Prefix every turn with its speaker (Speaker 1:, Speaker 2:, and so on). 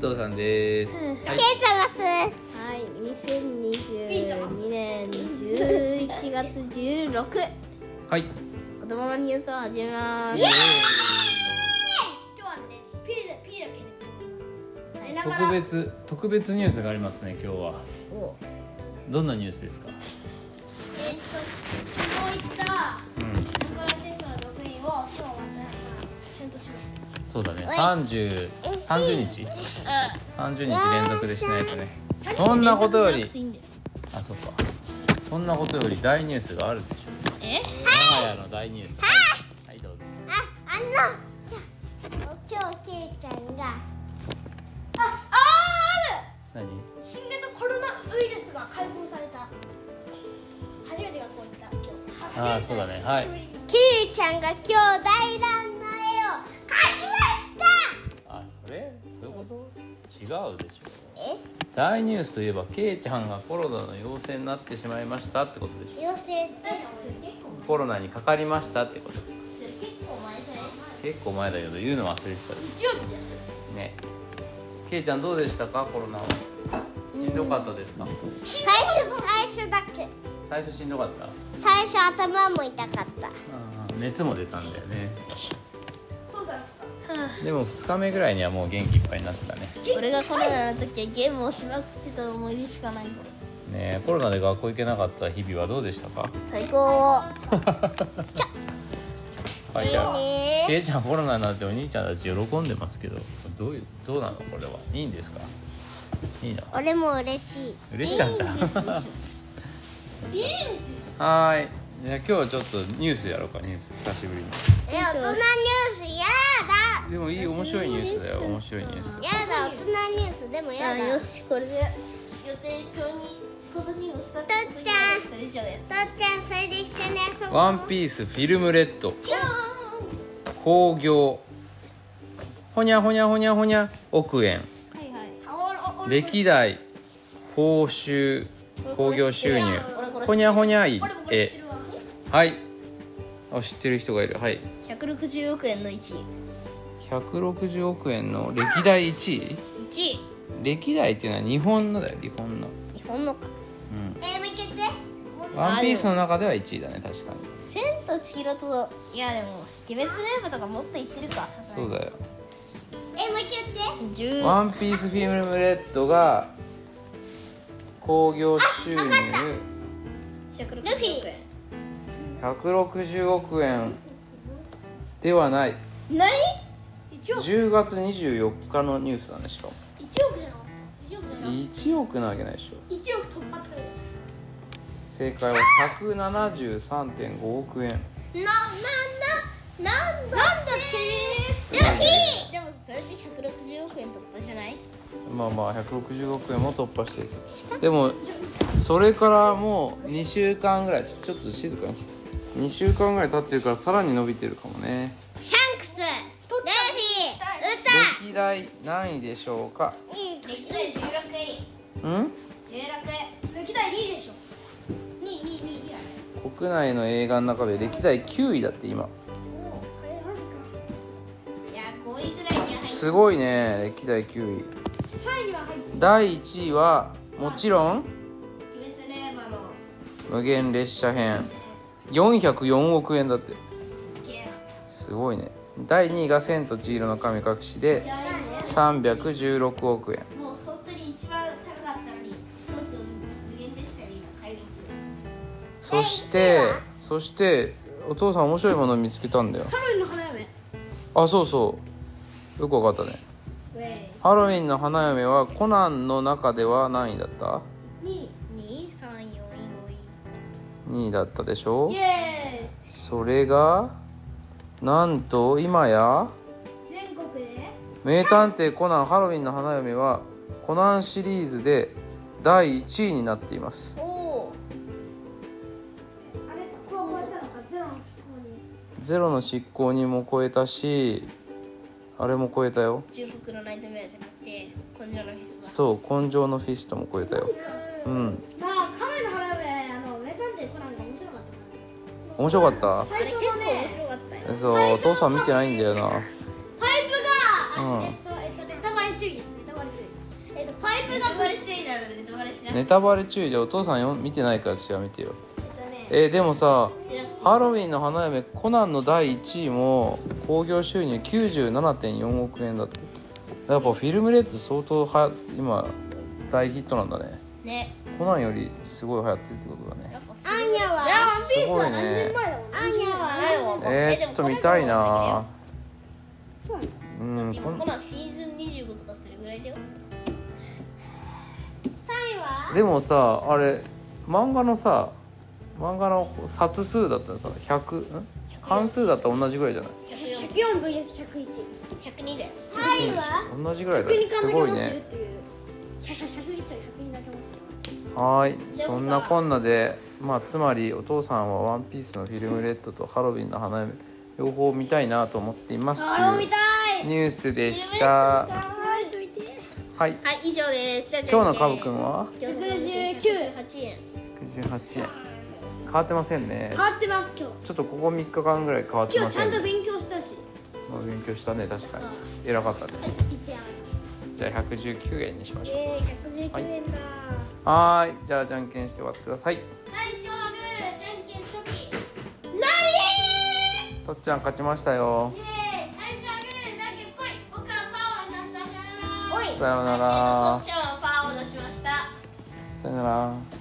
Speaker 1: 藤さんです、
Speaker 2: うん
Speaker 1: はい
Speaker 3: ケイザマス
Speaker 2: はい、2022年11月16
Speaker 1: はい
Speaker 2: 子供のニュースを始めます
Speaker 3: 今日はね、ピーだピーだけね。寝ながら
Speaker 4: 特別特別ニュースがありますね今日は
Speaker 2: お
Speaker 4: どんなニュースですか
Speaker 3: えっと昨日行った桜戦争のログインを今日はちゃんとしました。
Speaker 4: そうだね3030日30日連続でしないとねそんなことよりあそっかそんなことより大ニュースがあるでしょ
Speaker 2: え
Speaker 4: 我が家の大ニュースはい、はい、どうぞ
Speaker 3: あ、あの今日ケイちゃんがあ、あーある
Speaker 4: 何
Speaker 3: 新型コロナウイルスが解放された初めて学校行った今日
Speaker 4: あーそうだねはい
Speaker 3: キイちゃんが今日大乱の絵を描きま
Speaker 4: あそれそういうこと違うでしょ
Speaker 3: した
Speaker 4: 大ニュースといえばケイちゃんがコロナの陽性になってしまいましたってことでしょ
Speaker 3: え寄せた
Speaker 4: コロナにかかりましたってこと
Speaker 3: 結構前それ
Speaker 4: 結構前だけど言うの忘れてたでし
Speaker 3: 日曜日です
Speaker 4: ょねケイちゃんどうでしたかコロナはしんどかったですか
Speaker 3: 最初最初だけ
Speaker 4: 最初しんどかった
Speaker 3: 最初頭も痛かっ た
Speaker 4: 熱も出たんだよね
Speaker 3: そうだ
Speaker 4: でも2日目ぐらいにはもう元気いっぱいになってたね
Speaker 2: 俺がコロナの時はゲームをしまくってた思い出しかないぞ
Speaker 4: ねえコロナで学校行けなかった日々はどうでした か
Speaker 2: 最高
Speaker 4: はい
Speaker 2: いい
Speaker 4: じゃあ
Speaker 2: ね
Speaker 4: ケイちゃんコロナになってお兄ちゃんたち喜んでますけどどういうどうなのこれはいいんですかいいの
Speaker 3: 俺も嬉しい
Speaker 4: 嬉しかった
Speaker 2: いいんです
Speaker 4: いいん ですはーいじゃあ今日はちょっとニュースやろうかニュース久しぶりに
Speaker 3: え大人ニュースや
Speaker 4: でもいい面白いニュースだよ面白いニュース
Speaker 3: だやだ大人ニュースでもや
Speaker 2: あ
Speaker 3: だ
Speaker 2: よしこれで予定帳に子供にをしたってことでそれ以上です
Speaker 3: とっちゃんそれで一緒に遊ぼう
Speaker 4: ワンピースフィルムレッド
Speaker 3: じゃーん
Speaker 4: 工業ほにゃほにゃほにゃほにゃ億円
Speaker 2: はいはい
Speaker 4: 歴代報酬興行収入ほにゃほにゃいえはいあ知ってる人がいるはい
Speaker 2: 160億円の1位
Speaker 4: 160億円の歴代1位
Speaker 2: 1位
Speaker 4: 歴代っていうのは日本のだよ日本の
Speaker 2: 日本のか
Speaker 4: うん
Speaker 3: えー、向けて
Speaker 4: ワンピースの中では1位だね確かに
Speaker 2: 千と千尋といやでも「鬼滅の刃」とかもっといってるか
Speaker 4: そうだよ
Speaker 3: えー、向けて
Speaker 2: 10
Speaker 4: ワンピースフィルムレッドが興行収入
Speaker 2: 160
Speaker 3: ルフィ
Speaker 2: 億円
Speaker 4: 160億円ではない
Speaker 2: 何
Speaker 3: 一億
Speaker 4: 10月24日のニュースなんでしかも
Speaker 3: 一億じゃなかった一億じゃなかっ
Speaker 4: 1億なわけないでしょ
Speaker 3: た一億突破って書いて
Speaker 4: 正解は173.5億円
Speaker 3: あるな、な、な、なんだなんだってルフィ
Speaker 2: でもそれで160億円突破じゃない
Speaker 4: まあまあ160億円も突破してるでもそれからもう2週間ぐらいちょちょっと静かに2週間ぐらい経ってるからさらに伸びてるかもね
Speaker 3: シャンクスルフィ
Speaker 4: 歴代何位でしょうか
Speaker 2: 歴代
Speaker 4: ん
Speaker 2: 16位16
Speaker 3: 歌歴代2位でしょ2位2位2位
Speaker 4: 国内の映画の中で歴代9位だって今
Speaker 2: 位いや5位ぐらいには入って
Speaker 4: すごいね歴代9位
Speaker 3: 3位は入って
Speaker 4: 第1位はもちろん
Speaker 2: 「鬼滅の刃」の
Speaker 4: 無限列車編404億円だってすごいね第2位が「千と千尋の神隠し」で316億円
Speaker 2: もう本当に一番高かったのにとうとう無限列車に今帰りに
Speaker 4: そしてそしてお父さん面白いものを見つけたんだよ
Speaker 3: ハロウィンの花嫁
Speaker 4: あそうそうよくわかったねハロウィンの花嫁はコナンの中では何位だった
Speaker 3: 2
Speaker 2: 2位3位4位5位
Speaker 4: ?2 位だったでしょ
Speaker 3: 位イエ
Speaker 4: それがなんと今や
Speaker 3: ーイ全国で
Speaker 4: 名探偵コナンハロウィンの花嫁はコナンシリーズで第1位になっています
Speaker 2: おお
Speaker 3: あれここは終わったのかゼロの飛行に
Speaker 4: ゼロの執行人も超えたしあれも超えたよ
Speaker 2: 中国のナイトメアじゃなくて根性のフィスだ
Speaker 4: そう根性のフィストも超えたようん
Speaker 3: まあ亀の花嫁あの名探偵コナンが面白かった
Speaker 4: 面白かっ
Speaker 3: から
Speaker 2: あれ
Speaker 3: 最
Speaker 2: 結
Speaker 3: 初
Speaker 2: 構
Speaker 3: の
Speaker 2: 面
Speaker 3: ね
Speaker 2: 白かったよ
Speaker 4: たそうお父さん見てないんだよな
Speaker 3: パイプが、
Speaker 4: うん
Speaker 3: えっとえっとネタバレ注意ですねネタバレ注意
Speaker 4: ネタバレ注意でお父さんよ見てないからじゃあ見てよ
Speaker 3: えっとね
Speaker 4: えーでもさ
Speaker 2: 知らん
Speaker 4: ハロウィンの花嫁コナンの第1位も興行収入97.4億円だってやっぱフィルムレッド相当は今大ヒットなんだね
Speaker 2: ね
Speaker 4: コナンよりすごい流行ってるってことだね
Speaker 3: アーニャ
Speaker 2: じゃあ
Speaker 3: は
Speaker 2: ワンピ
Speaker 4: す
Speaker 2: ース
Speaker 4: ご
Speaker 2: はい
Speaker 4: ね
Speaker 3: アーニャ
Speaker 2: ない
Speaker 3: は
Speaker 2: わ
Speaker 4: えー、ちょっと見たいな
Speaker 3: そうなの
Speaker 4: う
Speaker 2: で
Speaker 4: んこ
Speaker 2: もこ
Speaker 4: ん
Speaker 2: の今シーズン25とかするぐらいだよ
Speaker 3: 3位は
Speaker 4: でもさあれ漫画のさ漫画の冊数だったらさ100ん関数だったら同じぐらいじゃない
Speaker 2: 104
Speaker 3: 104vs101
Speaker 2: 102だよ
Speaker 3: 3位は
Speaker 4: 同じぐらいだ
Speaker 3: 100
Speaker 4: ね
Speaker 3: に
Speaker 4: す
Speaker 3: 関
Speaker 4: ごい
Speaker 3: だけ持ってるっ
Speaker 4: ね
Speaker 3: ていう100に関だけ持ってる
Speaker 4: はーい
Speaker 2: で
Speaker 4: そ
Speaker 2: もさ
Speaker 4: んなこんなでまあつまりお父さんは「ワンピースのフィルムレッドと「ハロウィンの花嫁」両方見たいなと思っています
Speaker 3: あれ
Speaker 4: と
Speaker 3: を
Speaker 4: い
Speaker 3: 見た
Speaker 4: う
Speaker 3: い
Speaker 4: ニュースでした
Speaker 3: はいといて
Speaker 4: はい
Speaker 2: はい以上ですじゃあじゃ
Speaker 4: 今
Speaker 2: ん
Speaker 4: 日の
Speaker 2: けん
Speaker 4: カブくんは
Speaker 2: 今日のカブくん118円
Speaker 4: 98円変わってませんね
Speaker 3: 変わってます今
Speaker 4: ちょっとここ3日間ぐらい変わっ
Speaker 3: 日
Speaker 4: て
Speaker 3: 今
Speaker 4: ま
Speaker 3: 日ち
Speaker 4: せ
Speaker 3: ゃ
Speaker 4: ん
Speaker 3: んと
Speaker 4: ね
Speaker 3: 勉強したし
Speaker 4: まあ勉強したね確かに偉かったね
Speaker 3: 一円
Speaker 4: じゃあ119円にしましょう
Speaker 3: えー、119円だ、
Speaker 4: はーいじゃあじゃんけんして終わってください
Speaker 3: 最初はグーじゃんけん初期何
Speaker 4: とっちゃん勝ちましたよ
Speaker 3: えー、最初はグーじゃんけんぽい僕はパーを出したから
Speaker 2: おい
Speaker 4: さようなら
Speaker 2: こっちゃんはパーを出しました
Speaker 4: さよなら